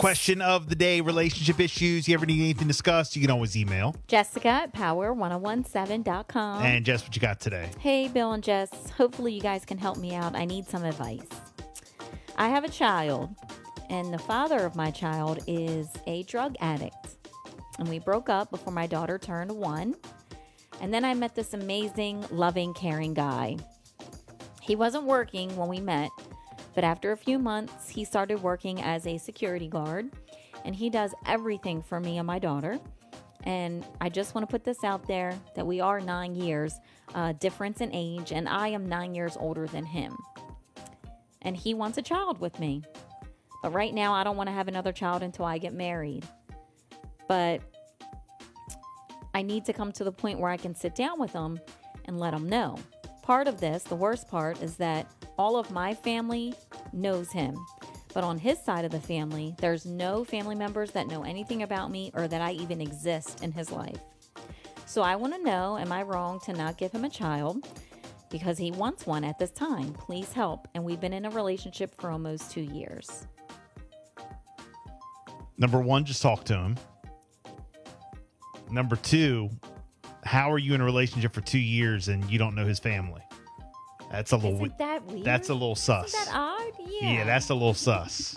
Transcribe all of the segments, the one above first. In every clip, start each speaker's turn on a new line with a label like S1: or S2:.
S1: Question of the day relationship issues. You ever need anything discussed? You can always email.
S2: Jessica at power1017.com.
S1: And Jess, what you got today?
S2: Hey, Bill and Jess. Hopefully, you guys can help me out. I need some advice. I have a child, and the father of my child is a drug addict. And we broke up before my daughter turned one. And then I met this amazing, loving, caring guy. He wasn't working when we met, but after a few months, he started working as a security guard, and he does everything for me and my daughter. And I just want to put this out there that we are nine years uh, difference in age, and I am nine years older than him. And he wants a child with me. But right now, I don't want to have another child until I get married. But I need to come to the point where I can sit down with them and let them know. Part of this, the worst part, is that all of my family knows him. But on his side of the family, there's no family members that know anything about me or that I even exist in his life. So I want to know am I wrong to not give him a child? Because he wants one at this time. Please help. And we've been in a relationship for almost two years.
S1: Number one, just talk to him. Number two, how are you in a relationship for two years and you don't know his family? That's a little.
S2: Isn't that weird?
S1: that's a little sus.
S2: Isn't that odd? Yeah.
S1: yeah. that's a little sus.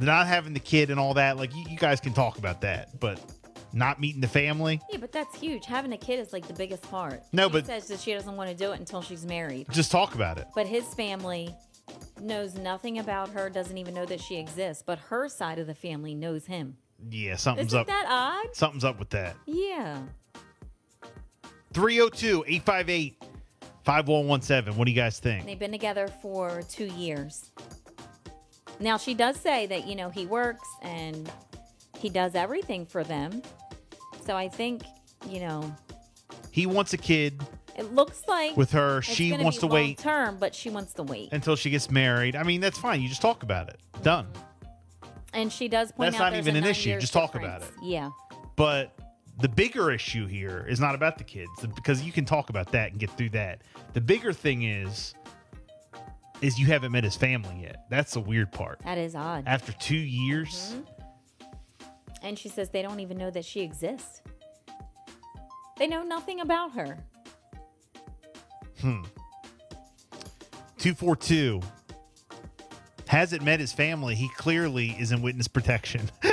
S1: Not having the kid and all that, like you, you guys can talk about that, but not meeting the family.
S2: Yeah, but that's huge. Having a kid is like the biggest part.
S1: No,
S2: she
S1: but-
S2: says that she doesn't want to do it until she's married.
S1: Just talk about it.
S2: But his family knows nothing about her. Doesn't even know that she exists. But her side of the family knows him.
S1: Yeah, something's
S2: Isn't
S1: up.
S2: that odd?
S1: something's up with that.
S2: Yeah.
S1: 302 858 5117. What do you guys think?
S2: They've been together for two years. Now she does say that you know he works and he does everything for them. So I think you know
S1: He wants a kid
S2: it looks like
S1: with her.
S2: it's
S1: she
S2: gonna
S1: wants
S2: be
S1: to wait
S2: term, but she wants to wait.
S1: until she gets married. I mean, that's fine. You just talk about it. Done.
S2: And she does point
S1: That's
S2: out
S1: not
S2: there's
S1: even
S2: a
S1: an
S2: nine
S1: issue.
S2: years
S1: Just talk about
S2: difference. Yeah.
S1: But the bigger issue here is not about the kids because you can talk about that and get through that. The bigger thing is is you haven't met his family yet. That's the weird part.
S2: That is odd.
S1: After 2 years,
S2: Mm-hmm. And she says they don't even know that she exists. They know nothing about her.
S1: 242 hasn't met his family. He clearly is in witness protection.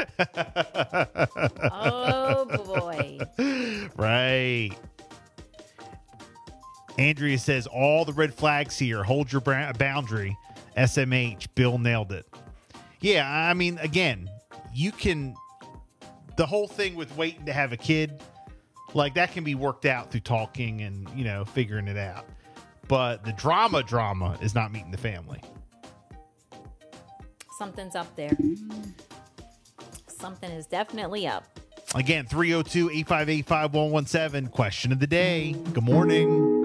S2: Oh boy.
S1: right. Andrea says all the red flags here. Hold your bra- boundary. SMH. Bill nailed it. Yeah, I mean, again, you can. The whole thing with waiting to have a kid, like that can be worked out through talking and you know figuring it out. But the drama, drama is not meeting the family.
S2: Something's up there. Something is definitely up.
S1: oh Again, 302 858 5117. Question of the day. Good morning.